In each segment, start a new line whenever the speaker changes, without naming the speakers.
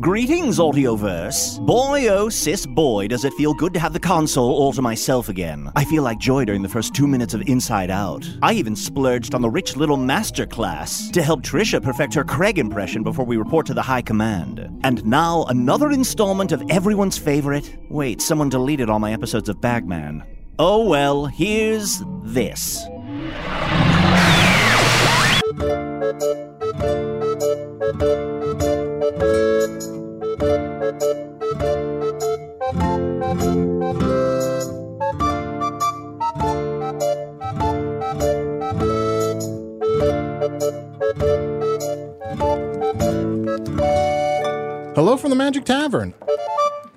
Greetings, Audioverse. Boy, oh, sis, boy, does it feel good to have the console all to myself again. I feel like joy during the first two minutes of Inside Out. I even splurged on the rich little masterclass to help Trisha perfect her Craig impression before we report to the High Command. And now, another installment of everyone's favorite. Wait, someone deleted all my episodes of Bagman. Oh well, here's this.
Hello from the Magic Tavern,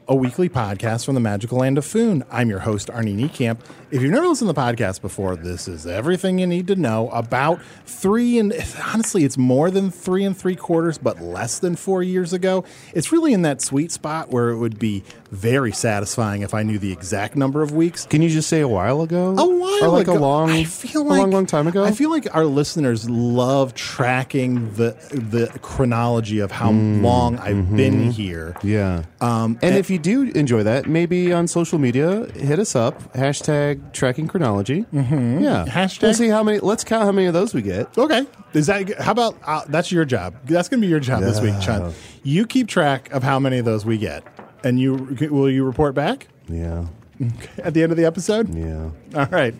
a weekly podcast from the magical land of Foon. I'm your host, Arnie Niekamp. If you've never listened to the podcast before, this is everything you need to know about three and honestly, it's more than three and three quarters, but less than four years ago. It's really in that sweet spot where it would be very satisfying if I knew the exact number of weeks.
Can you just say a while ago?
A while
or like
ago.
a long,
I feel
a
like,
long, long time ago.
I feel like our listeners love tracking the the chronology of how long I've been here.
Mm-hmm. yeah. Um, and if you do enjoy that, maybe on social media, hit us up hashtag tracking chronology. Mm-hmm. Yeah,
Hashtag-
Let's see how many. Let's count how many of those we get.
Uh, Okay. Is that how about uh, that's your job? That's going to be your job this week, Chun. You keep track of how many of those we get, and you will you report back
Yeah,
at the end of the episode.
yeah.
All right.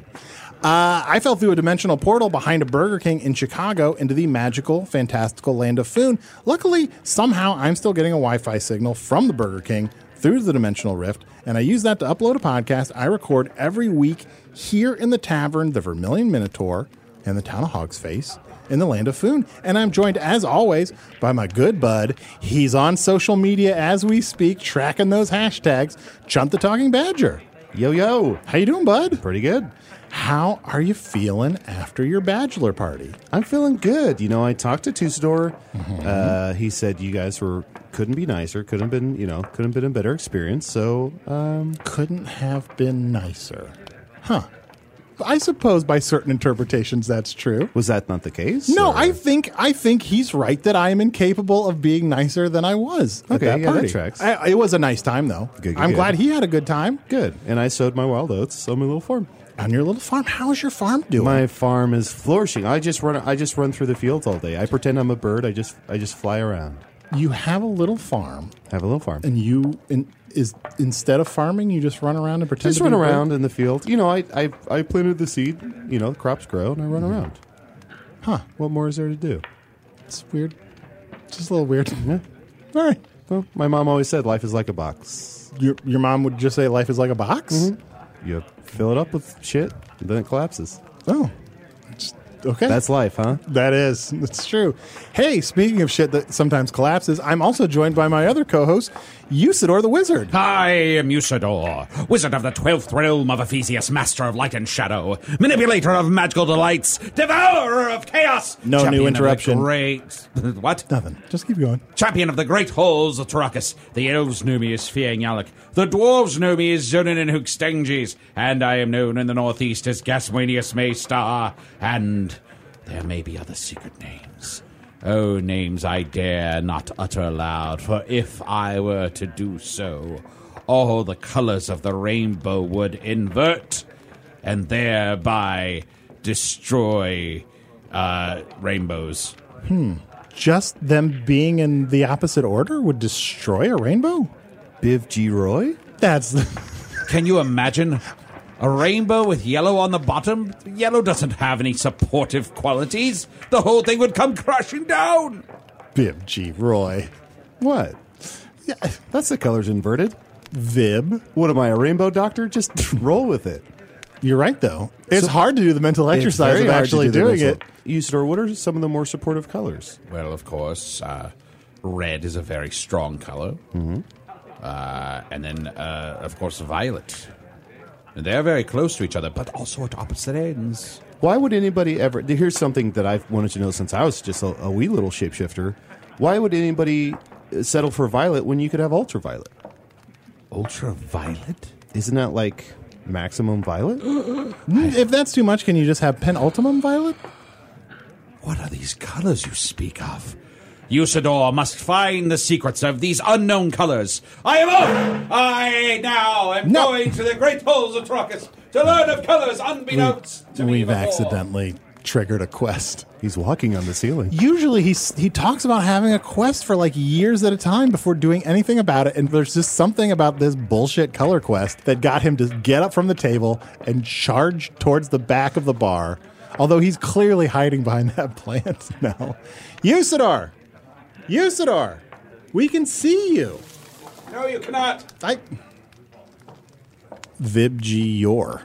Uh, I fell through a dimensional portal behind a Burger King in Chicago into the magical, fantastical land of Foon. Luckily, somehow I'm still getting a Wi Fi signal from the Burger King through the dimensional rift, and I use that to upload a podcast I record every week here in the tavern, the Vermilion Minotaur, and the town of Hog's Face in the land of Foon. And I'm joined, as always, by my good bud. He's on social media as we speak, tracking those hashtags. Chunt the Talking Badger.
Yo yo,
How you doing, bud?
pretty good.
How are you feeling after your bachelor party?
I'm feeling good. You know, I talked to Tusador. Uh, he said you guys were couldn't be nicer. Couldn't have been you know couldn't have been a better experience. So um,
Couldn't have been nicer. Huh. I suppose by certain interpretations that's true.
was that not the case?
No,
Or-
I think I think he's right that I am incapable of being nicer than I was at
Okay,
that
yeah, that
party.
tracks.
I- it was a nice time though.
Good, good,
I'm
good.
glad he had a good time
good. And I sowed my wild oats on my little farm.
on your little farm. How's your farm doing?
My farm is flourishing. I just run. I just run through the fields all day. I pretend I'm a bird. I just. I just fly around.
you have a little farm,
I have a little farm.
and you in, is instead of farming, you just run around and pretend.
just
to
run
be a bird?
around in the field. You know, I, I I planted the seed. You know, crops grow, and I
Mm-hmm.
run around.
Huh?
What more is there to do?
It's weird. It's just a little weird.
Yeah.
All right.
Well, my mom always said life is like a box.
Your your mom would just say life is like a box.
You fill it up with shit, and then it collapses.
Oh, it's Okay.
That's life, huh?
That is. It's true. Hey, speaking of shit that sometimes collapses, I'm also joined by my other co host, Usador the Wizard.
I am Usador, wizard of the twelfth realm of Ephesius, master of light and shadow, manipulator of magical delights, devourer of chaos.
No
champion
new
of the
interruption.
Great. What?
Nothing. Just keep going.
Champion of the great halls of Tarakas. The elves know me as Fiangyalak. The dwarves know me as Zonin and Hookstanges. And I am known in the northeast as Gasmanius Maystar. And there may be other secret names. Oh, names I dare not utter aloud, for if I were to do so, all the colors of the rainbow would invert and thereby destroy uh, rainbows.
Just them being in the opposite order would destroy a rainbow?
Biv G. Roy?
That's.
Can you imagine? A rainbow with yellow on the bottom? Yellow doesn't have any supportive qualities. The whole thing would come crashing down.
Bib G. Roy.
What?
Yeah,
That's the colors inverted.
Vib.
What am I, a rainbow doctor? Just roll with it.
You're right, though. It's hard to do the mental
It's
exercise
very
of
hard to
actually
do the
doing it.
mental- Usador, what are some of the more supportive colors?
Well, of course, uh, red is a very strong color. Mm-hmm. Uh, and then, uh, of course, violet. And they're very close to each other, but also at opposite ends.
Why would anybody ever? Here's something that I've wanted to know since I was just a, a wee little shapeshifter. Why would anybody uh, settle for violet when you could have ultraviolet?
Ultraviolet?
Isn't that like maximum violet?
Mm, If that's too much, can you just have penultimum violet?
What are these colors you speak of? Usador must find the secrets of these unknown colors. I am off! I now am
No.
going to the great halls of Trocus to learn of colors unbeknownst to me
We've
before.
accidentally triggered a quest.
He's walking on the ceiling.
usually he he talks about having a quest for like years at a time before doing anything about it and there's just something about this bullshit color quest that got him to get up from the table and charge towards the back of the bar although he's clearly hiding behind that plant now usador usador we can see you
No, you cannot.
i vibgior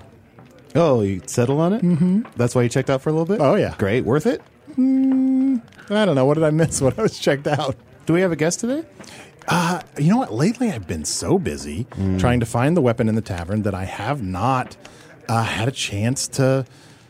Oh, you settle on it? Mm-hmm. That's why you checked out for a little bit.
Oh, yeah.
great, worth it.
i don't know what did i miss when i was checked out
Do we have a guest today?
you know what? Lately, I've been so busy
Hmm.
trying to find the weapon in the tavern that I have not uh, had a chance to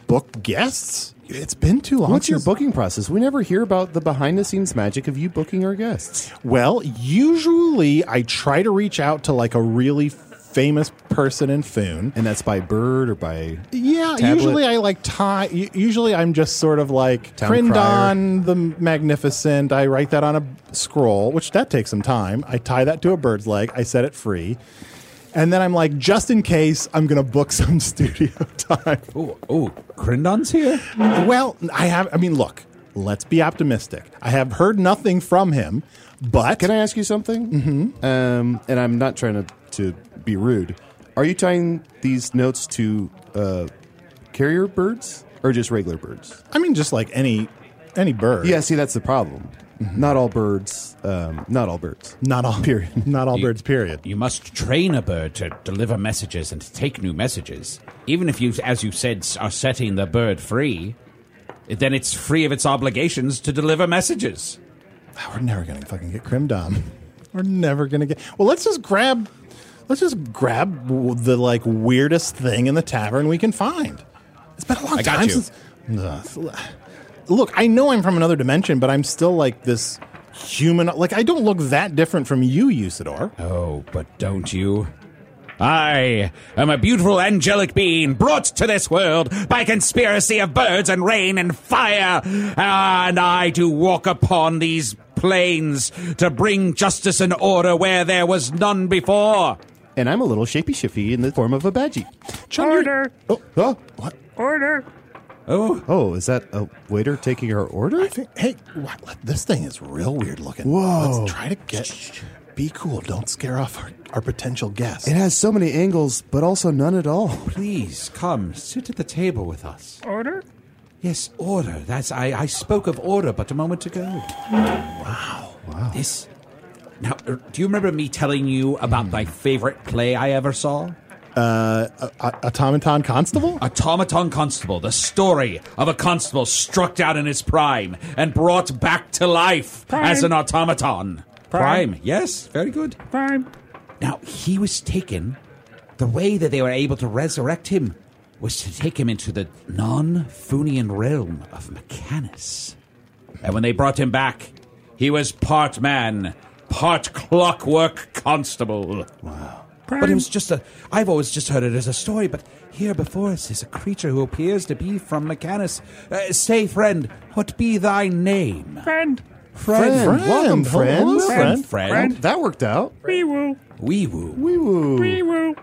book guests. It's been too long.
What's your
since-
booking process? We never hear about the behind the scenes magic of you booking our guests.
Well, usually I try to reach out to like a really famous person in Foon.
And that's by bird or by
Yeah,
tablet?
usually I like tie. u- Usually I'm just sort of like
Town
print
crier.
on the magnificent. I write that on a scroll, which that takes some time. I tie that to a bird's leg. I set it free, and then I'm like, just in case, I'm gonna book some studio time.
Oh, oh, Crindon's here?
well, I have. I mean, look, let's be optimistic. I have heard nothing from him, but
Can I ask you something? Mm-hmm. Um, and I'm not trying to, to be rude. Are you tying these notes to uh, carrier birds or just regular birds?
I mean, just like any any bird.
Yeah, see, that's the problem.
Mm-hmm.
Not all birds. Um, not all birds.
Not all period. Not all birds. Period.
You must train a bird to deliver messages and to take new messages. Even if you, as you said, s- are setting the bird free, then it's free of its obligations to deliver messages.
We're never gonna fucking get Crimdom. We're never gonna get. Well, let's just grab, let's just grab w- the like weirdest thing in the tavern we can find. It's been a long
I got
time
you.
since. Ugh. Look, I know I'm from another dimension, but I'm still like this human. Like I don't look that different from you, Usador.
Oh, but don't you? I am a beautiful angelic being brought to this world by conspiracy of birds and rain and fire, and I do walk upon these plains to bring justice and order where there was none before.
And I'm a little shapey shifty in the form of a badgie.
Chum, you're-
Order.
Oh, oh, what?
Order.
Oh,
Oh, is that a waiter taking our order?
I think. Hey, what, let- this thing is real weird looking.
Whoa.
Let's try to get. Be cool. Don't scare off our, our potential guests.
It has so many angles, but also none at all.
please come sit at the table with us.
Order.
Yes, order. That's I, I spoke of order but a moment ago. Wow. Wow. This Now, er, do you remember me telling you about my favorite play I ever saw?
uh, a- a- automaton constable?
Automaton Constable, the story of a constable struck down in his prime and brought back to life as an automaton. Prime. yes, very good. Prime. Now, he was taken. The way that they were able to resurrect him was to take him into the non Funian realm of Mechanus. And when they brought him back, he was part man, part clockwork constable. Wow. But it was just a. I've always just heard it as a story, but here before us is a creature who appears to be from Mechanus. Uh, say, friend, what be thy name?
Friend,
Friend,
Friend,
welcome,
hello,
friend.
friend. friend.
That worked out.
we will,
Weewoo.
Wee woo.
we will.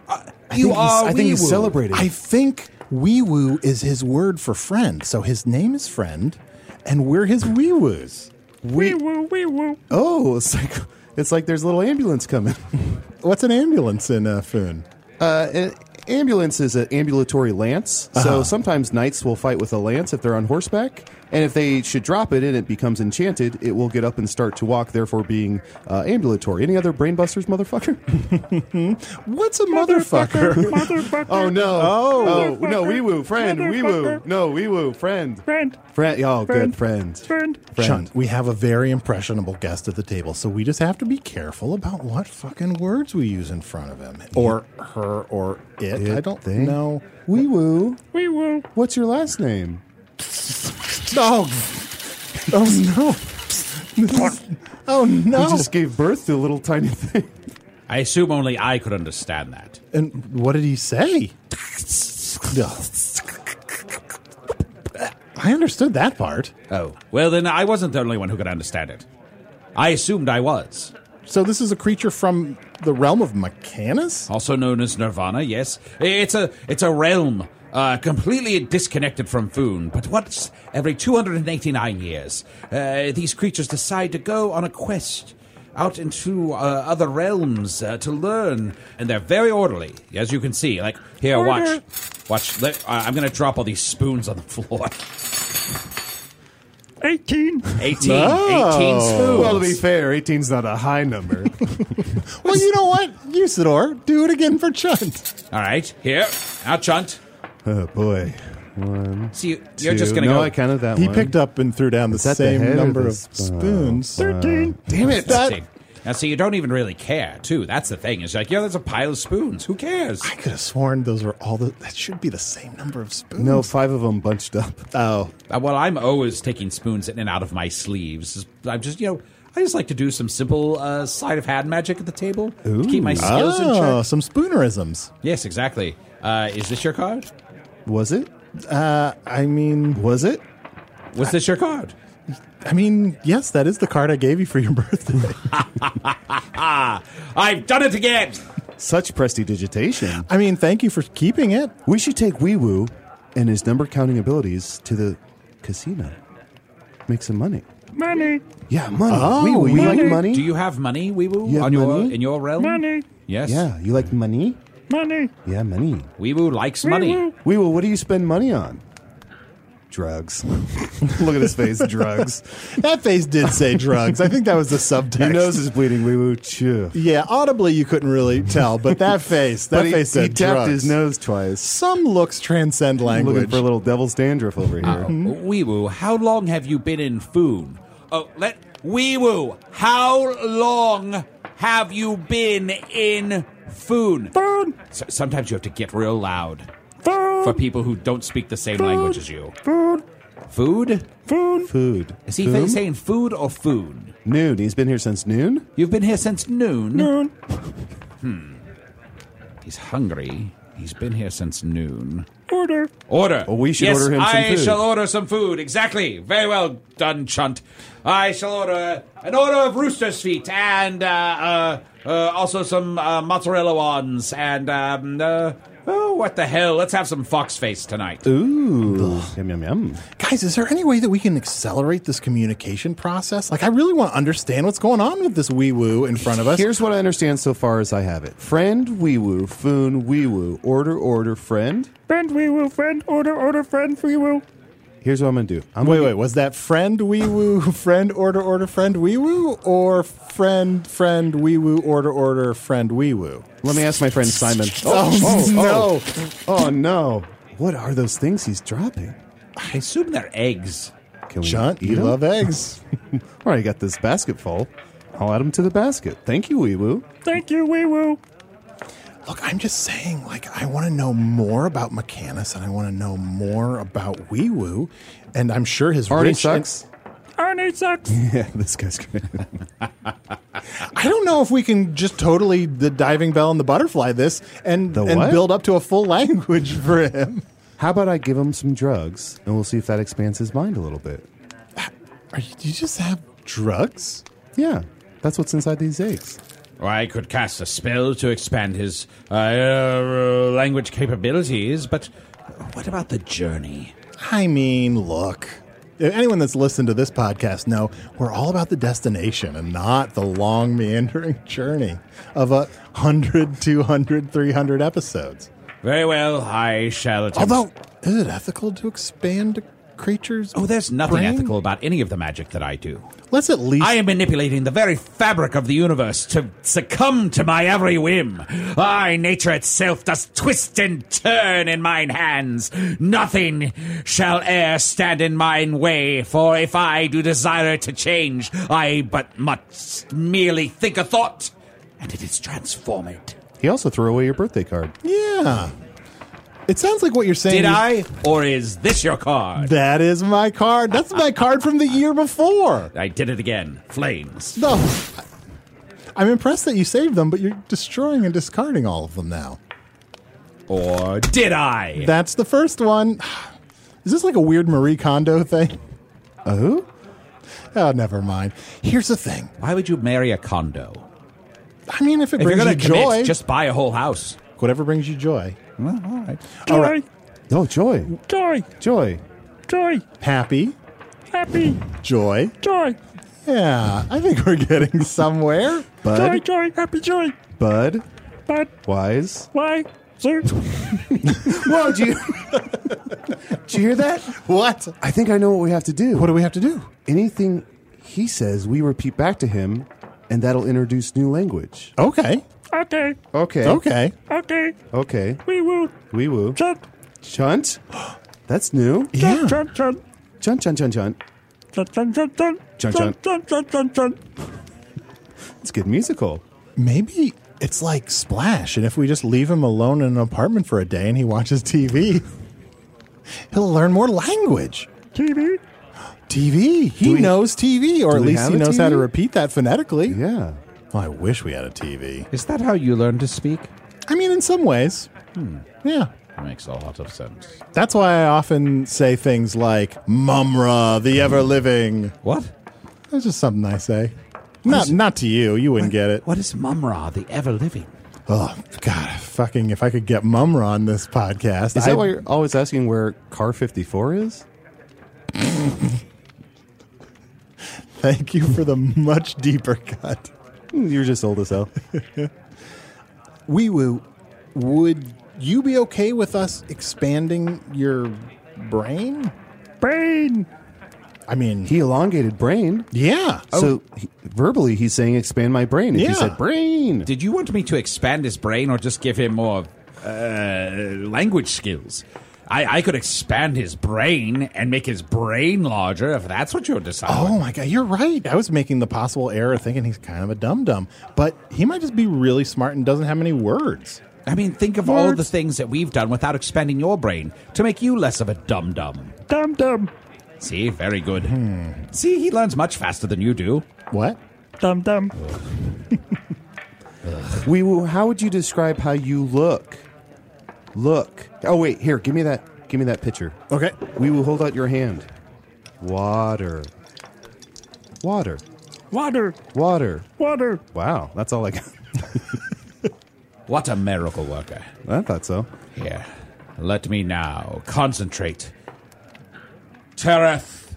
You
I think he's-
are
I think he's
Weewoo.
celebrating.
I think wee-woo is his word for friend. So his name is friend, and we're his wee-woos.
We will, we will.
oh, it's like it's like there's a little ambulance coming.
What's an ambulance in uh, Foon?
Uh, an ambulance is an ambulatory lance. So sometimes knights will fight with a lance if they're on horseback, and if they should drop it and it becomes enchanted, it will get up and start to walk, therefore being uh, ambulatory. Any other brainbusters, motherfucker?
What's a motherfucker?
Motherfucker.
Oh no! Oh,
Motherfucker.
no! Wee woo, friend. Wee woo.
Motherfucker.
No, wee woo, friend.
Friend,
Friend. Oh, good
Friend.
friend.
friend.
Friend.
Chunt, we have a very impressionable guest at the table, so we just have to be careful about what fucking words we use in front of him. Or her or it. I don't
thing.
know.
Wee woo.
We will.
What's your last name?
No. Oh no. This is- oh no.
You just gave birth to a little tiny thing.
I assume only I could understand that.
and what did he say? No. I understood that part.
Oh. Well, then I wasn't the only one who could understand it. I assumed I was.
So this is a creature from the realm of Mechanus?
also known as Nirvana. Yes, it's a it's a realm uh, completely disconnected from Foon. But once every 289 years, uh, these creatures decide to go on a quest out into uh, other realms uh, to learn, and they're very orderly, as you can see. Like here, watch, watch. Let, I- I'm going to drop all these spoons on the floor.
18.
18, 18 spoons.
Oh. Well, to be fair, 18's not a high number.
Well, you know what? Usador, do it again for Chunt.
all right, here, now chunt.
oh boy. One.
See, you- you're
two.
just going to
no,
go.
I counted that
He
one.
picked up and threw down the
that the
same
head or
number
the uh,
of
spoon?
spoons.
13.
Damn it. That,
See, Now, see, you don't even really care, too. That's the thing. It's like, yeah, there's a pile of spoons. Who cares?
I could have sworn those were all the. That should be the same number of spoons.
No, five of them bunched up. Oh.
Uh, well, I'm always taking spoons in and out of my sleeves. I'm just, you know, I just like to do some simple uh, sleight of hand magic at the table to keep my skills in
Oh,
Ah.
check.
some spoonerisms.
Yes, exactly. Uh, is this your card?
Was it?
Uh, I mean,
Was it?
Was this your card?
I mean, yes, that is the card I gave you for your birthday.
Ah, I've done it again.
Such prestidigitation.
I mean, thank you for keeping it.
We should take Wee Woo and his number counting abilities to the casino. Make some money.
Money,
Yeah, money.
Oh,
Wee Woo, you
money.
like money?
Do you have money, Weewoo,
You have
on your
money?
in your realm?
money,
Yes.
yeah, you like money?
money.
Yeah, money.
Weewoo likes money.
Weewoo.
Wee Woo, what do you spend money on? Drugs. Look at his face. Drugs.
That face did say drugs. I think that was the
Your
subtext.
nose is bleeding. Wee Woo, chew.
yeah, audibly you couldn't really tell, but that face, that
But he,
face
he
said
tapped
drugs.
his nose twice.
Some looks transcend
Looking
language.
for a little devil's dandruff over here.
Weewoo, how long have you been in Foon? Oh, let Weewoo, how long have you been in Foon?
Phone,
So, sometimes you have to get real loud
phone,
for people who don't speak the same language as you.
phone,
Food?
phone.
Food.
Is he
Foom?
saying food or food?
Noon. He's been here since noon.
You've been here since noon. Hmm.
Phone,
He's hungry. He's been here since noon.
order,
Order.
Well, we should
yes,
order him some
I
food.
shall order some food. Exactly. Very well done, Chunt. I shall order an order of rooster's feet and uh, uh, uh, also some uh, mozzarella ones and um, uh, oh, what the hell? Let's have some fox face tonight.
Uh, Ooh. Yum, yum, yum.
Guys, is there any way that we can accelerate this communication process? Like, I really want to understand what's going on with this wee woo in front of us.
Here's what I understand so far as I have it. Friend, wee woo. Foon, wee woo. Order, order, friend.
friend, we will, friend, order, order, friend, we will.
Here's what I'm going to do. I'm
Wait,
gonna
wait. Was that friend wee woo, friend order order, friend wee woo, or friend friend wee woo, order order, friend wee woo?
Let me ask my friend Simon.
Oh, no.
Oh, no. What are those things he's dropping?
I assume they're eggs.
Can we
John,
eat
you
'em?
love eggs.
All right, I got this basket full. I'll add them to the basket. Thank you, Weewoo.
Thank you, Wee Woo.
Look, I'm just saying, like, I want to know more about Mechanus and I want to know more about Wee Woo. And I'm sure his
Arnie
rich-
sucks.
Arnie sucks.
yeah, this guy's great.
I don't know if we can just totally the diving bell and the butterfly this and,
The
and
what?
build up to a full language for him.
How about I give him some drugs and we'll see if that expands his mind a little bit?
Are you, do you just have drugs?
Yeah, that's what's inside these eggs.
I could cast a spell to expand his uh, uh, language capabilities, but uh, what about the journey?
I mean, look. Anyone that's listened to this podcast know we're all about the destination and not the long meandering journey of a 100, 200, 300 episodes.
Very well, I shall attempt.
Although, is it ethical to expand a creatures?
oh, there's nothing
brain?
ethical about any of the magic that I do.
Let's at least.
I am manipulating the very fabric of the universe to succumb to my every whim. Ay, nature itself does twist and turn in mine hands. Nothing shall e'er stand in mine way, for if I do desire to change, I but must merely think a thought, and it is transformed.
He also threw away your birthday card.
yeah. It sounds like what you're saying.
Did
is-
I, or is this your card?
That is my card. That's my card from the year before.
I did it again. Flames.
No. I'm impressed that you saved them, but you're destroying and discarding all of them now.
Or did I?
That's the first one. Is this like a weird Marie Kondo thing?
Uh, who?
Oh, never mind. Here's the thing.
Why would you marry a condo?
I mean, if it
If you're
brings
going
you
to commit,
joy,
just buy a whole house.
whatever brings you joy.
Well, all right.
All
Joy,
right.
Oh, Joy.
joy,
Joy.
joy,
Happy,
happy,
joy.
joy,
Yeah, I think we're getting somewhere.
joy,
Bud.
joy, happy, joy.
Bud.
But
Wise.
why, sir?
Whoa, did you, did you hear that?
What?
I think I know what we have to do.
What do we have to do?
Anything he says, we repeat back to him, and that'll introduce new language.
Okay.
Okay,
Okay.
Okay.
okay,
Okay.
Wee Woo.
Wee woo.
Chunt,
Chunt. That's new.
Yeah.
chunt, chunt, chunt.
Chunt, chunt, chunt, chunt.
Chunt, chunt, chunt, chunt.
Chunt,
Chunt, chunt, chunt, chunt, chunt.
It's a good musical.
Maybe it's like Splash, and if we just leave him alone in an apartment for a day and he watches TV, he'll learn more language.
TV,
TV. He
we-
knows TV, or at
we
least
have
he
a
knows how to
TV?
repeat that phonetically.
Yeah.
Well, I wish we had a TV.
Is that how you learn to speak?
I mean, in some ways. Yeah.
Makes a lot of sense.
That's why I often say things like Mumra, the ever living.
What?
That's just something I say. Not not to you. You wouldn't get it.
What is Mumra, the ever living?
Oh God, fucking! If I could get Mumra on this podcast,
Is that
I-
why you're always asking where Car 54 is?
Thank you for the much deeper cut.
You're just old as hell.
Wee Woo, would you be okay with us expanding your brain?
brain,
I mean,
He elongated brain.
yeah.
So
Oh.
he, verbally, he's saying expand my brain. If
Yeah.
he said brain,
Did you want me to expand his brain or just give him more uh, language skills? I, I could expand his brain and make his brain larger if that's what you're deciding.
Oh my God, you're right. I was making the possible error thinking he's kind of a dum dum, but he might just be really smart and doesn't have many words.
I mean, think of all the things that we've done without expanding your brain to make you less of a dum dum.
dum dum,
See, very good. See, he learns much faster than you do.
What?
dum dum.
we. will- How would you describe how you look? Look. Oh wait, here. Give me that. Give me that picture.
Okay.
We will hold out your hand. Water. Water.
Water,
Water.
water,
Wow, that's all I got.
What a miracle worker.
I thought so.
Here, let me now concentrate. Tereth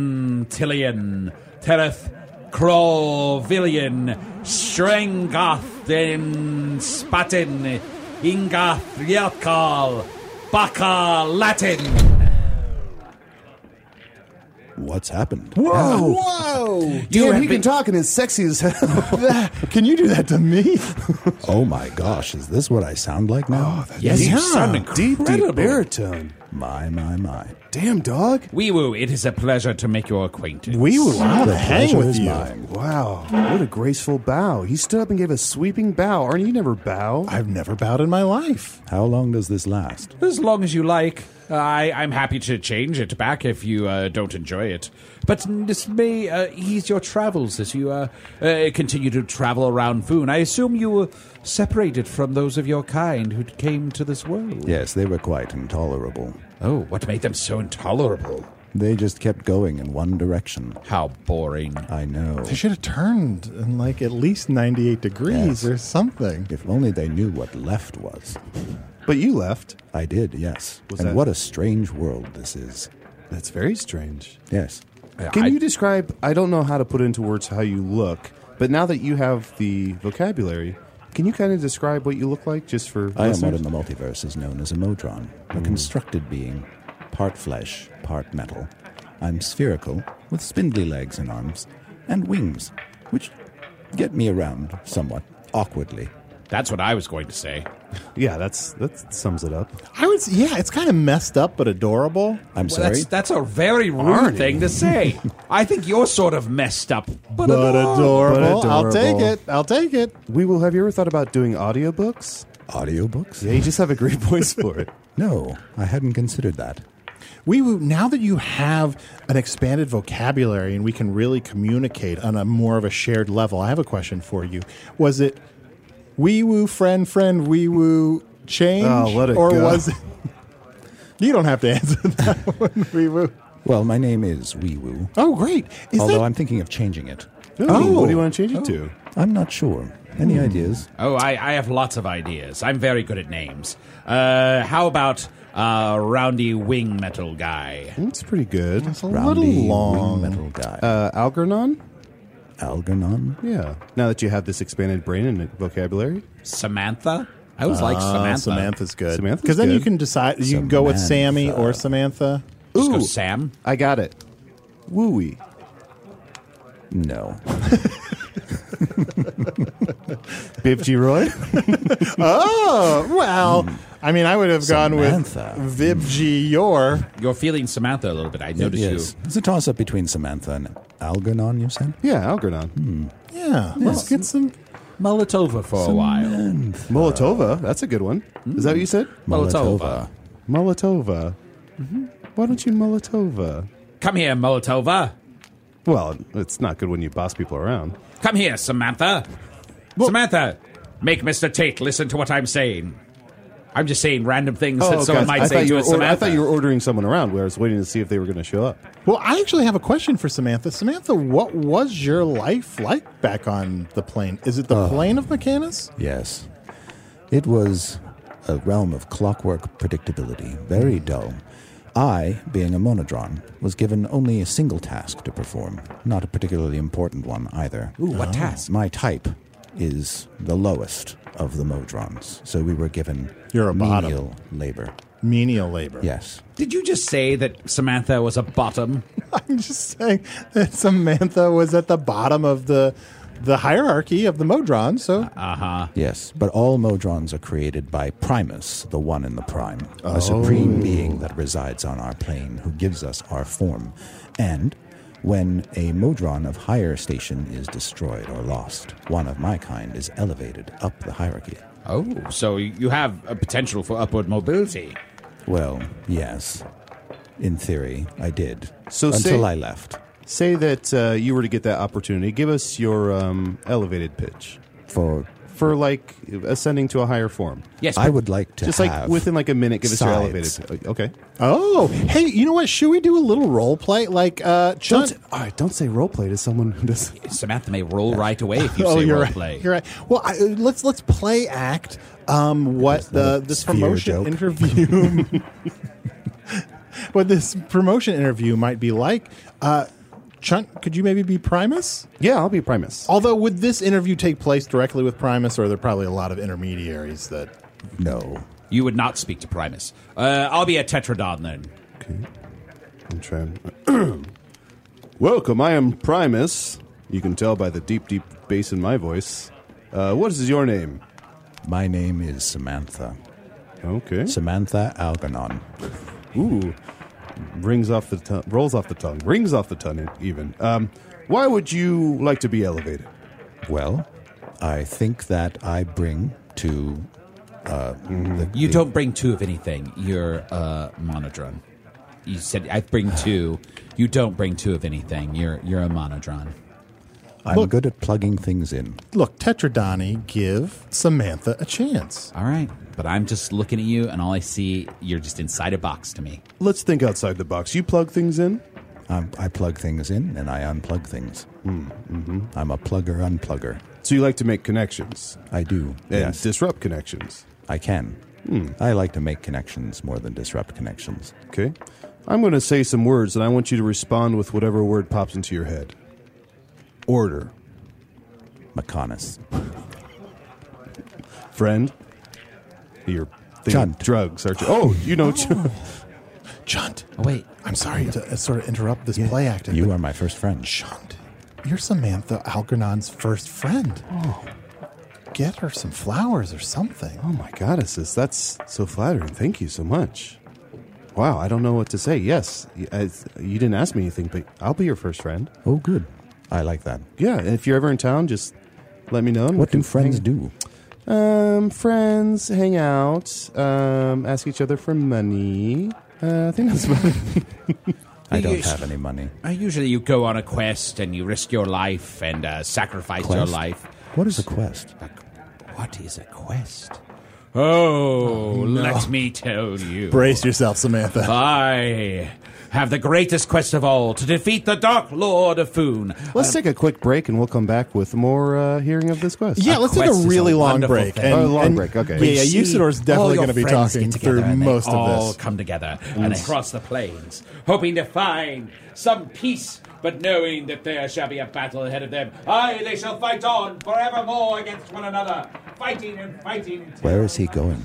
Crontilian, Tereth Crovilian, Strengath in Spatin, Ingath Yelkal, Baka Latin.
what's happened.
Oh. Ah,
Whoa! Whoa!
Damn, Oh. he can talk and is sexy as hell.
Can you do that to me?
Oh my gosh, is this what I sound like
Oh,
now?
Yes, you sound
deep, deep
incredible.
baritone.
my, my, my.
Damn, dog.
Wee Woo, it is a pleasure to make your acquaintance.
We would want to
The
hang
pleasure
with
is
you.
mine.
Wow, what a graceful bow. He stood up and gave a sweeping bow. Aren't you never bow?
I've never bowed in my life.
How long does this last?
As long as you like. I, I'm happy to change it back if you uh, don't enjoy it. But this may uh, ease your travels as you uh, uh, continue to travel around Foon. I assume you were separated from those of your kind who came to this world.
Yes, they were quite intolerable.
Oh, what made them so intolerable?
They just kept going in one direction.
How boring.
I know.
They should have turned in like at least 98 degrees
Yes.
or something.
If only they knew what left was.
But you left.
I did, yes.
Was
and
that-
what a strange world this is.
That's very strange.
Yes.
Can
Uh, I-
you describe? I don't know how to put into words how you look, but now that you have the vocabulary, can you kind of describe what you look like just for
I am
listeners?
what in the multiverse is known as a Modron,
Hmm.
a constructed being, part flesh, part metal. I'm spherical, with spindly legs and arms, and wings, which get me around somewhat awkwardly.
That's what I was going to say.
Yeah, that's that sums it up.
I would, s- yeah, it's kind of messed up but adorable.
I'm
Well,
sorry.
That's, that's a very rude thing to say. I think you're sort of messed up. But,
But adorable.
But
I'll take
adorable.
it. I'll take it.
We will. Have you ever thought about doing audiobooks?
Audiobooks?
Yeah, you just have a great voice for it.
No, I hadn't considered that.
We will- now that you have an expanded vocabulary and we can really communicate on a more of a shared level. I have a question for you. Was it wee woo friend friend wee woo change
Oh, let it
or
go.
was it? You don't have to answer that one. Wee woo.
Well, my name is Wee Woo,
Oh, great! Is
although
that
I'm thinking of changing it.
Oh, what do you want to change it to? Hmm.
I'm not sure. Any ideas?
oh, I, I have lots of ideas. I'm very good at names. Uh, how about uh, Roundy Wing Metal Guy?
It's pretty good.
it's a
Roundy
little
wing
long?
metal guy.
Uh, Algernon.
Algernon?
Yeah. Now that you have this expanded brain and vocabulary,
Samantha? I always like
Ah,
Samantha.
Samantha's good.
Samantha's
Because then you
good.
can decide. You can go with Sammy
Samantha.
or Samantha.
Just go
Ooh.
Sam.
I got it. Wooey.
No.
Biv G. Roy.
Oh well. I mean, I would have gone with
Samantha.
Vib G. Yor.
You're feeling Samantha a little bit. I
It
noticed
is. It's a toss up between Samantha and Algernon, you said?
yeah, Algernon.
Yeah, let's get some.
you mull it over for a while.
Molotova. That's a good one. Is that what you said?
Mull it
Molotova.
over.
Molotova.
Mm-hmm.
Why don't you Molotova?
Come here, Molotova.
Well, it's not good when you boss people around.
Come here, Samantha. Samantha, make Mr. Tate listen to what I'm saying. I'm just saying random things that someone
Oh, okay.
might
I
say
thought
to
you
a
were or-
Samantha.
I thought you were ordering someone around. Where I was waiting to see if they were going to show up.
Well, I actually have a question for Samantha. Samantha, what was your life like back on the plane? Is it the plane of Mechanus?
Yes. It was a realm of clockwork predictability, very dull. I, being a monodron, was given only a single task to perform, not a particularly important one either. Ooh, what task? My type is the lowest of the modrons, so we were given
You're a bottom.
menial labor.
Menial labor.
Yes.
Did you just say that Samantha was a bottom?
I'm just saying that Samantha was at the bottom of the the hierarchy of the Modron. So
Uh,
Yes, but all Modrons are created by Primus, the one in the prime, a supreme being that resides on our plane who gives us our form. And when a Modron of higher station is destroyed or lost, one of my kind is elevated up the hierarchy.
Oh, so you have a potential for upward mobility.
Well, yes. In theory, I did.
So
until
say-
I left.
Say that uh, you were to get that opportunity. Give us your um, elevated pitch
For
for like ascending to a higher form.
Yes,
I
but
would like to
Just
have
like within like a minute, give us your
sides.
elevated. Pitch. Okay.
Oh, hey, you know what? Should we do a little role play? Like, uh, Chun-
Don't, all right. Don't say role play to someone who does.
Samantha may roll right away if you
Oh,
say
Oh, you're
role
right.
play.
You're right. Well, I, uh, let's let's play act. Um, what the this
sphere
promotion
joke.
interview? what this promotion interview might be like? Uh, Chunt, could you maybe be Primus?
Yeah, I'll be Primus.
Although, would this interview take place directly with Primus, or are there probably a lot of intermediaries that?
no.
You would not speak to Primus. Uh, I'll be a Tetradon then.
I'm trying. Welcome, I am Primus. You can tell by the deep, deep bass in my voice. Uh, what is your name?
My name is Samantha.
Okay.
Samantha Algernon.
Ooh, rings off the tongue, rolls off the tongue, rings off the tongue even. Um, why would you like to be elevated?
Well, I think that I bring to uh, the,
You
the-
don't bring two of anything. You're a monodron. You said I bring two. You don't bring two of anything. You're you're a monodron.
I'm good at plugging things in.
Look, Tetradani, give Samantha a chance.
All right, but I'm just looking at you, and all I see you're just inside a box to me.
Let's think outside the box. You plug things in.
I'm, I plug things in and I unplug things.
Hmm,
Mm-hmm. I'm a plugger unplugger.
So you like to make connections
I do.
and
yes,
disrupt connections.
I can.
Hmm.
I like to make connections more than disrupt connections.
Okay. I'm going to say some words, and I want you to respond with whatever word pops into your head. Order,
Maconis.
friend. Your thing,
Chunt.
drugs, aren't you? Oh, you know, chunt.
Chunt,
Oh, wait,
I'm sorry to uh, sort of interrupt this play acting.
You
but
are my first friend.
Chunt, you're Samantha Algernon's first friend. Get her some flowers or something.
Oh my goddesses, that's so flattering. Thank you so much. Wow, I don't know what to say. Yes, y- as- you didn't ask me anything, but I'll be your first friend.
Oh, good. I like that.
Yeah, and if you're ever in town, just let me know. and we
What do
can
friends
hang-
do?
Um, friends hang out, um, ask each other for money. Uh, I think that's about it.
I don't
Yes.
have any money.
Uh, usually you go on a quest and you risk your life and uh, sacrifice your
Quest?
life.
What is a quest?
Like, what is a quest? Oh, let me tell you.
Brace yourself, Samantha.
I have the greatest quest of all to defeat the Dark Lord of Foon.
Let's take a quick break, and we'll come back with more uh, hearing of this quest.
Yeah, let's take a
quest is a
really long
wonderful
break.
thing.
Oh, long break, okay. We
Yeah, yeah, Usador's definitely going to be talking through most
all
of this.
come together and across the plains, hoping to find some peace, but knowing that there shall be a battle ahead of them. Aye, they shall fight on forevermore against one another, fighting and fighting. till
Where is he going?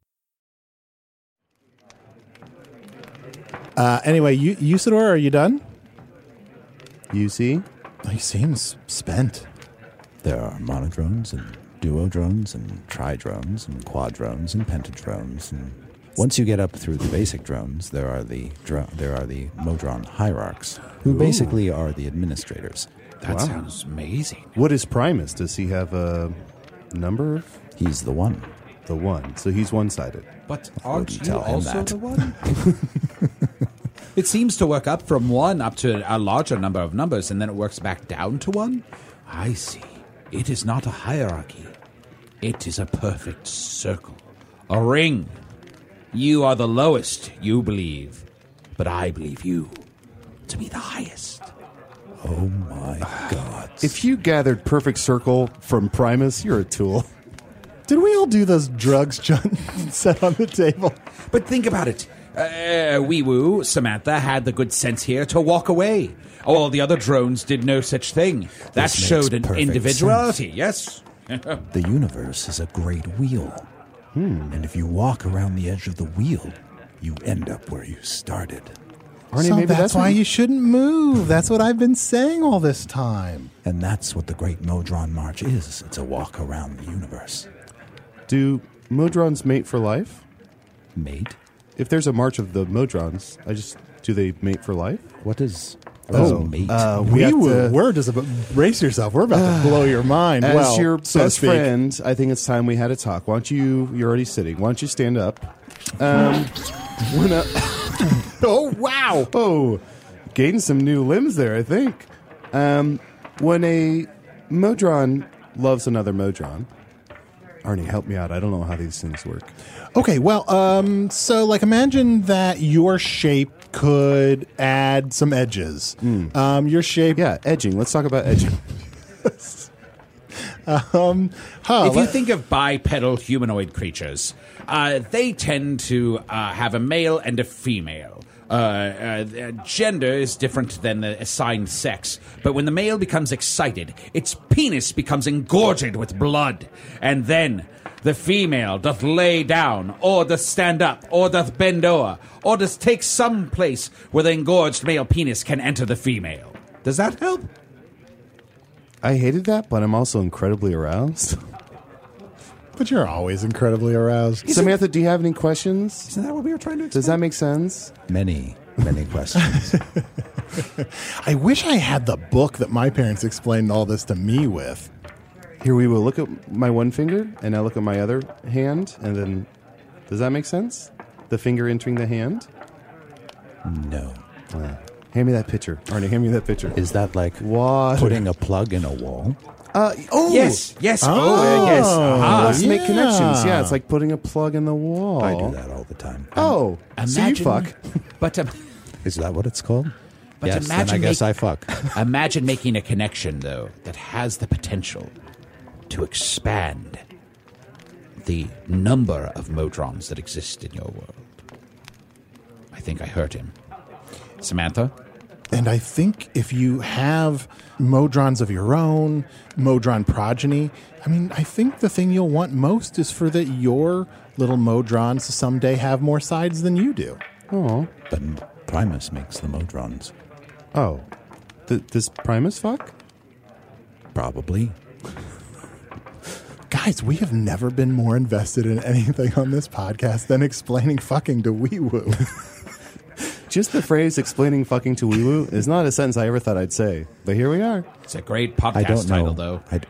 Uh, anyway, U- Usador, are you done? Oh,
You see?
He seems spent.
There are monodrones and duodrones and tridrones and quadrones and pentadrones and once you get up through the basic drones, there are the dro- there are the modron hierarchs, who basically are the administrators.
That sounds amazing.
What is Primus? Does he have a number?
He's the one.
The one. So he's one sided.
But
aren't you tell him also that. the
one? it seems to work up from one up to a larger number of numbers, and then it works back down to one. I see. It is not a hierarchy. It is a perfect circle, a ring. You are the lowest, you believe, but I believe you to be the highest.
Oh my
Ah,
god!
If you gathered perfect circle from Primus, you're a tool.
Did we all do those drugs John set on the table?
But think about it. Uh, Wee Woo, Samantha had the good sense here to walk away. All the other drones did no such thing. That
This makes
showed an
perfect
individuality, yes.
The universe is a great wheel. And if you walk around the edge of the wheel, you end up where you started.
so that's, why you shouldn't move. That's what I've been saying all this time.
And that's what the Great Modron March is. It's a walk around the universe.
Do Modrons mate for life?
Mate?
If there's a march of the Modrons, I just do they mate for life?
What is mate?
Uh,
we
have
were,
to-
we're just about, brace yourself. We're about to blow your mind.
As
well,
your
so to
best
speak.
friend, I think it's time we had a talk. Why don't you? You're already sitting. Why don't you stand up? Um, wanna- oh wow! Oh, gained some new limbs there. I think. Um, when a Modron loves another Modron, Arnie, help me out. I don't know how these things work.
Okay, well, um, so like imagine that your shape could add some edges. Um, your shape,
Hmm. yeah, edging. Let's talk about edging.
um, huh,
if you
let-
think of bipedal humanoid creatures, uh, they tend to uh, have a male and a female. Uh, uh, their gender is different than the assigned sex, but when the male becomes excited, its penis becomes engorged with blood, and then the female doth lay down, or doth stand up, or doth bend o'er, or doth take some place where the engorged male penis can enter the female. Does that help?
I hated that, but I'm also incredibly aroused.
but you're always incredibly aroused.
Samantha, do you have any questions?
Isn't that what we were trying to
Does that make sense?
Many, many questions.
I wish I had the book that my parents explained all this to me with.
Here we will look at my one finger, and I look at my other hand, and then does that make sense? The finger entering the hand.
no.
Hand me that picture, Arnie. Hand me that picture.
Is that like
Water.
putting a plug in a wall?
Uh, oh
Yes, yes, oh,
Oh,
yes.
Ah, let's make
yeah.
connections. Yeah, it's like putting a plug in the wall.
I do that all the time.
Oh, so you
Imagine-
fuck.
But. Um,
Is that what it's called?
But
yes, then I
imagine
guess
make-
I fuck.
Imagine making a connection, though, that has the potential to expand the number of Modrons that exist in your world. I think I hurt him. Samantha?
And I think if you have Modrons of your own, Modron progeny, I mean, I think the thing you'll want most is for that your little Modrons to someday have more sides than you do.
But Primus makes the Modrons.
Oh, Th- does Primus fuck?
Probably.
Guys, we have never been more invested in anything on this podcast than explaining fucking to Wee Woo.
Just the phrase explaining fucking to Wiwu is not a sentence I ever thought I'd say, but here we are.
It's a great
I
podcast
don't know.
title, though.
I d-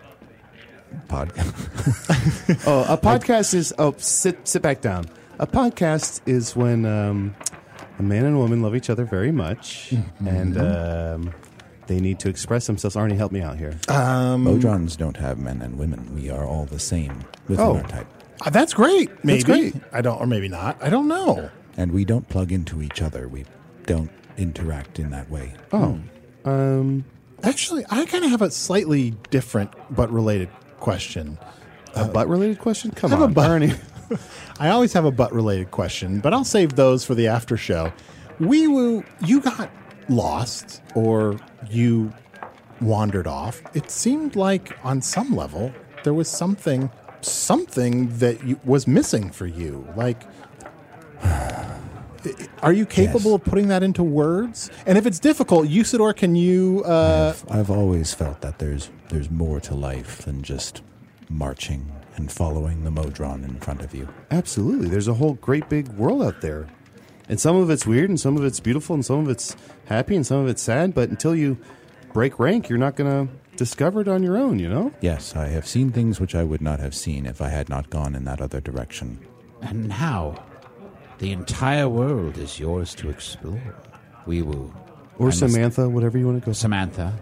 podcast.
Oh, a podcast is oh sit sit back down. A podcast is when um, a man and a woman love each other very much, and um, they need to express themselves. Arnie, help me out here.
Um, Modrons don't have men and women. We are all the same within
Oh.
our type.
Uh, That's great. Maybe.
great.
I don't, or maybe not. I don't know.
And we don't plug into each other. We don't interact in that way.
oh, um,
Actually, I kind of have a slightly different but related question.
a butt related question. Come
I have a
on,
butt-
Arnie.
I always have a butt related question, but I'll save those for the after show. Wee Woo, you got lost or you wandered off. It seemed like, on some level, there was something, something that you, was missing for you. Like, are you capable of putting that into words? And if it's difficult, Usador, can you? Uh,
I've always felt that there's there's more to life than just marching and following the Modron in front of you.
Absolutely, there's a whole great big world out there, and some of it's weird, and some of it's beautiful, and some of it's happy, and some of it's sad. But until you break rank, you're not gonna discover it on your own. You know.
Yes, I have seen things which I would not have seen if I had not gone in that other direction.
And now, the entire world is yours to explore. We will.
Or
I must-
Samantha, whatever you want to go.
Samantha.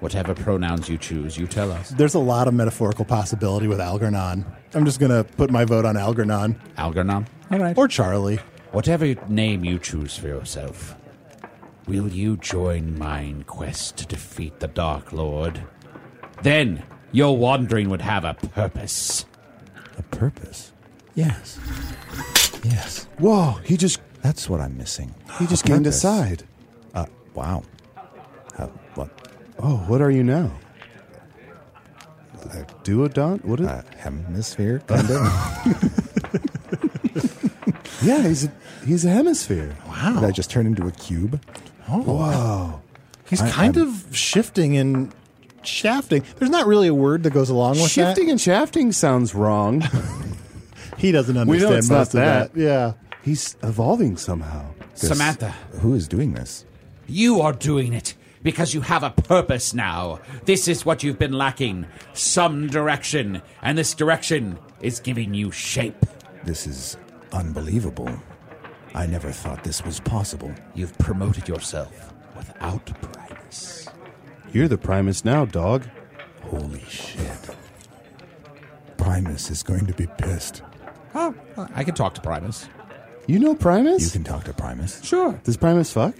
Whatever pronouns you choose, you tell us.
there's a lot of metaphorical possibility with Algernon. I'm just gonna put my vote on Algernon
Algernon?
or Charlie.
Whatever name you choose for yourself, will you join mine quest to defeat the Dark Lord? Then your wandering would have a purpose.
A purpose? Yes. Yes.
Whoa, he just
That's what I'm missing.
He just
A
gained a
purpose.
side.
Uh, wow. How, what?
Oh, what are you now? Duodont? What is
Uh, hemisphere, kind of.
Yeah, he's a, he's a hemisphere.
Wow.
Did I just turn into a cube?
Oh,
Wow.
He's kind of shifting and shafting. There's not really a word that goes along with
Shifting and shafting sounds wrong.
that. He doesn't understand
We know it's not
most of
that.
Yeah.
he's evolving somehow.
This-
Samantha.
Who is doing this?
You are doing it because you have a purpose now. This is what you've been lacking some direction, and this direction is giving you shape.
This is unbelievable. I never thought this was possible.
You've promoted yourself without primus.
You're the Primus now, dog.
Holy shit. Primus is going to be pissed.
Oh, I can talk to Primus.
You know
You
Primus?
can talk to Primus.
Sure.
Does Primus fuck?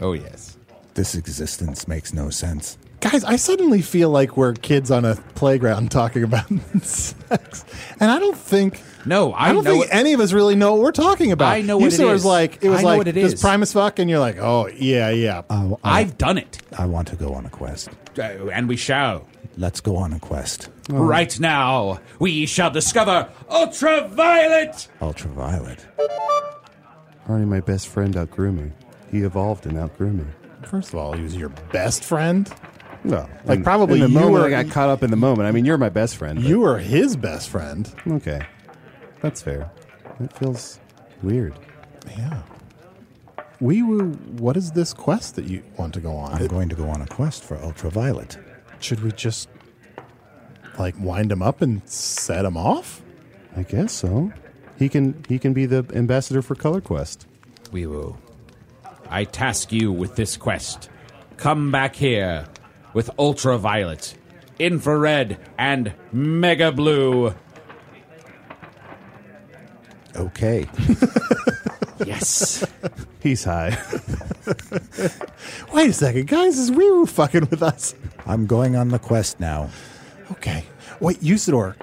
Oh, yes.
This existence makes no sense.
Guys, I suddenly feel like we're kids on a playground talking about sex. And I don't think
No, I,
I, don't
know
think
it-
any of us really know what we're talking about.
I know
you
what it
sort of
is.
like it was
I know
like
what it
does
is.
Primus fuck and you're like, "Oh, yeah, yeah."
Oh,
I, I,
I've done it,
I want to go on a quest.
Uh, and we shall.
Let's go on a quest.
Right now, we shall discover ultraviolet.
Ultraviolet.
Arnie, my best friend, outgrew me. He evolved and outgrew me.
First of all, he was your best friend.
Well,
Like,
in- in
probably
the
you
moment
were-
I got caught up in the moment. I mean, you're my best friend. but-
You were his best friend.
okay? That's fair. That feels weird.
Yeah. We were. What is this quest that you want to go on?
I'm going to go on a quest for ultraviolet.
Should we just like wind him up and set him off?
I guess so. He can he can be the ambassador for Color Quest.
We will. I task you with this quest. Come back here with ultraviolet, infrared, and mega blue.
Okay.
Yes.
He's high.
Wait a second, guys. Is Weiroo fucking with us?
I'm going on the quest now.
Okay. Wait, Usador,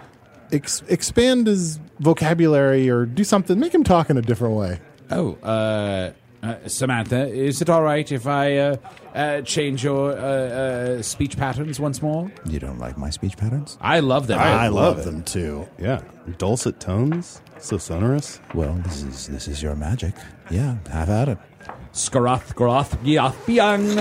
ex- expand his vocabulary or do something. Make him talk in a different way.
oh, uh, uh, Samantha, is it all right if I uh, uh, change your uh, uh, speech patterns once more?
You don't like my speech patterns?
I love them.
love, them too.
yeah, dulcet tones, so sonorous.
Well, this is this is your magic. Yeah, have at it.
Skaroth, Groth, Gioth, Biang.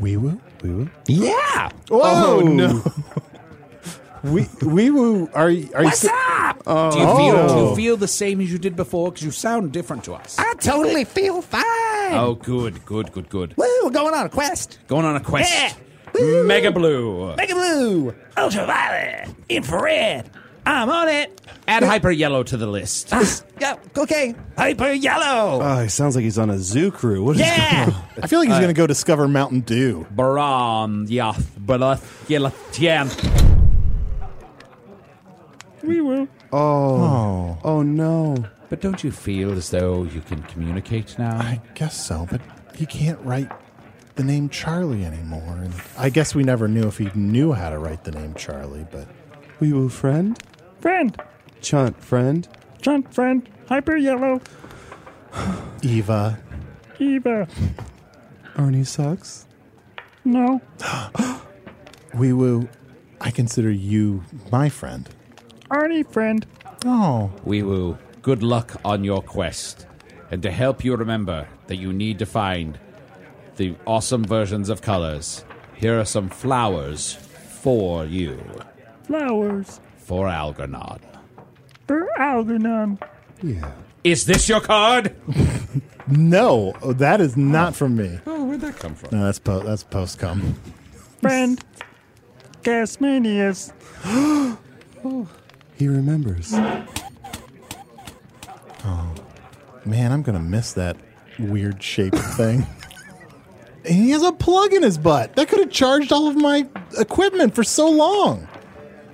Weewoo.
Woo.
Yeah.
Oh, no. we Weewoo, are you? Are you s-
do, you feel, do you feel the same as you did before? Because you sound different to us.
Oh. I totally feel fine.
Oh, good, good, good, good.
Woo, we're going on a quest.
Going on a quest. Mega Blue.
Mega blue, ultraviolet, infrared. I'm on it. Ah,
Add Hyper Yellow to the list.
Yeah, okay. Hyper yellow.
Oh, he sounds like he's on a zoo crew. What is
yeah.
I feel like he's going to go discover Mountain Dew.
Baram, Yath, Balath, Yelath, Tiam.
We will.
Oh. Oh no.
But don't you feel as though you can communicate now?
I guess so, but he can't write the name Charlie anymore. And I guess we never knew if he knew how to write the name Charlie, but
Wee woo friend,
Friend.
chunt friend.
John Friend. Hyper Yellow.
Eva.
Eva.
Arnie sucks.
No.
Wee Woo, I consider you my friend.
Arnie Friend.
Oh.
We will. Good luck on your quest. And to help you remember that you need to find the awesome versions of colors, here are some flowers for you.
Flowers.
For Algernon.
For Algernon.
Yeah.
Is this your card?
No, that is not from me.
Oh, where'd that come from?
No, that's po- that's post cum.
Friend. Gasmanius.
He remembers.
Man, I'm gonna miss that weird shaped thing. And he has a plug in his butt. That could have charged all of my equipment for so long.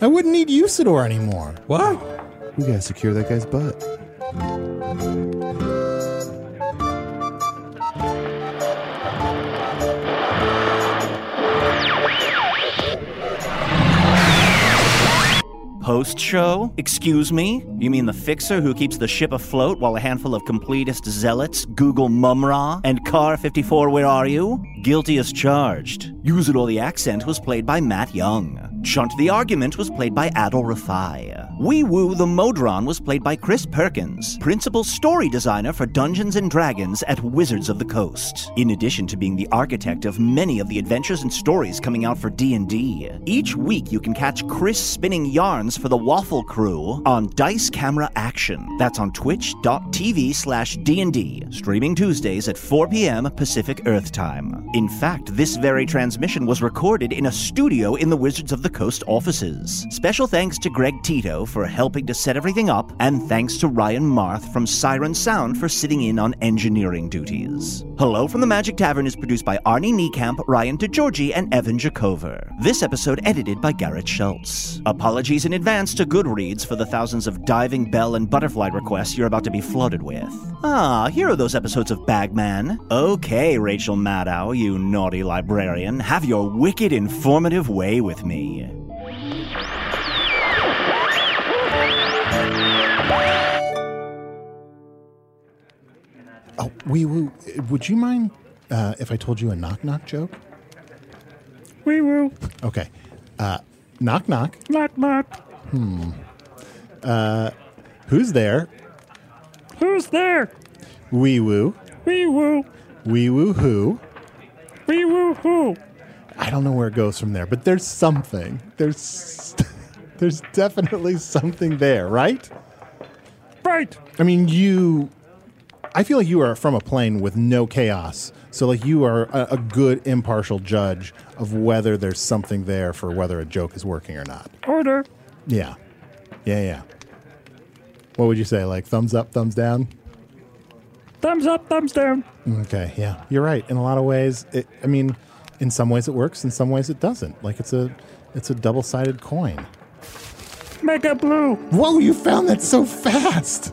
I wouldn't need Usador anymore.
What?
We gotta secure that guy's butt.
Post show? Excuse me? You mean the fixer who keeps the ship afloat while a handful of completist zealots Google Mumra and Car 54 Where Are You? Guilty as charged. Usador the Accent was played by Matt Young. Chunt the Argument was played by Adol Rafai. Wee Woo the Modron was played by Chris Perkins, principal story designer for Dungeons and Dragons at Wizards of the Coast. In addition to being the architect of many of the adventures and stories coming out for D&D, each week you can catch Chris spinning yarns for the Waffle Crew on Dice Camera Action. That's on twitch.tv slash D&D, streaming Tuesdays at 4 p.m. Pacific Earth Time. In fact, this very transmission was recorded in a studio in the Wizards of the Coast offices. Special thanks to Greg Tito for helping to set everything up, and thanks to Ryan Marth from Siren Sound for sitting in on engineering duties. Hello from the Magic Tavern is produced by Arnie Niekamp, Ryan DeGiorgi, and Evan Jacover. This episode edited by Garrett Schultz. Apologies in advance to Goodreads for the thousands of diving bell and butterfly requests you're about to be flooded with. Ah, here are those episodes of Bagman. Okay, Rachel Maddow, you naughty librarian, have your wicked informative way with me.
Oh, wee woo. Would you mind uh, if I told you a knock knock joke?
Wee woo.
Okay. Uh, knock knock.
Knock knock.
Hmm. Uh, who's there?
Who's there?
Wee woo.
Wee woo.
Wee woo who.
Wee woo hoo.
I don't know where it goes from there, but there's something. There's there's definitely something there, right?
Right.
I mean, you. I feel like you are from a plane with no chaos, so like you are a, a good impartial judge of whether there's something there for whether a joke is working or not.
Order.
Yeah, yeah, yeah. What would you say? Like thumbs up, thumbs down?
Thumbs up, thumbs down.
Okay, yeah, you're right. In a lot of ways, it, I mean, in some ways it works, in some ways it doesn't. Like it's a it's a double sided coin.
Mega blue.
Whoa, you found that so fast.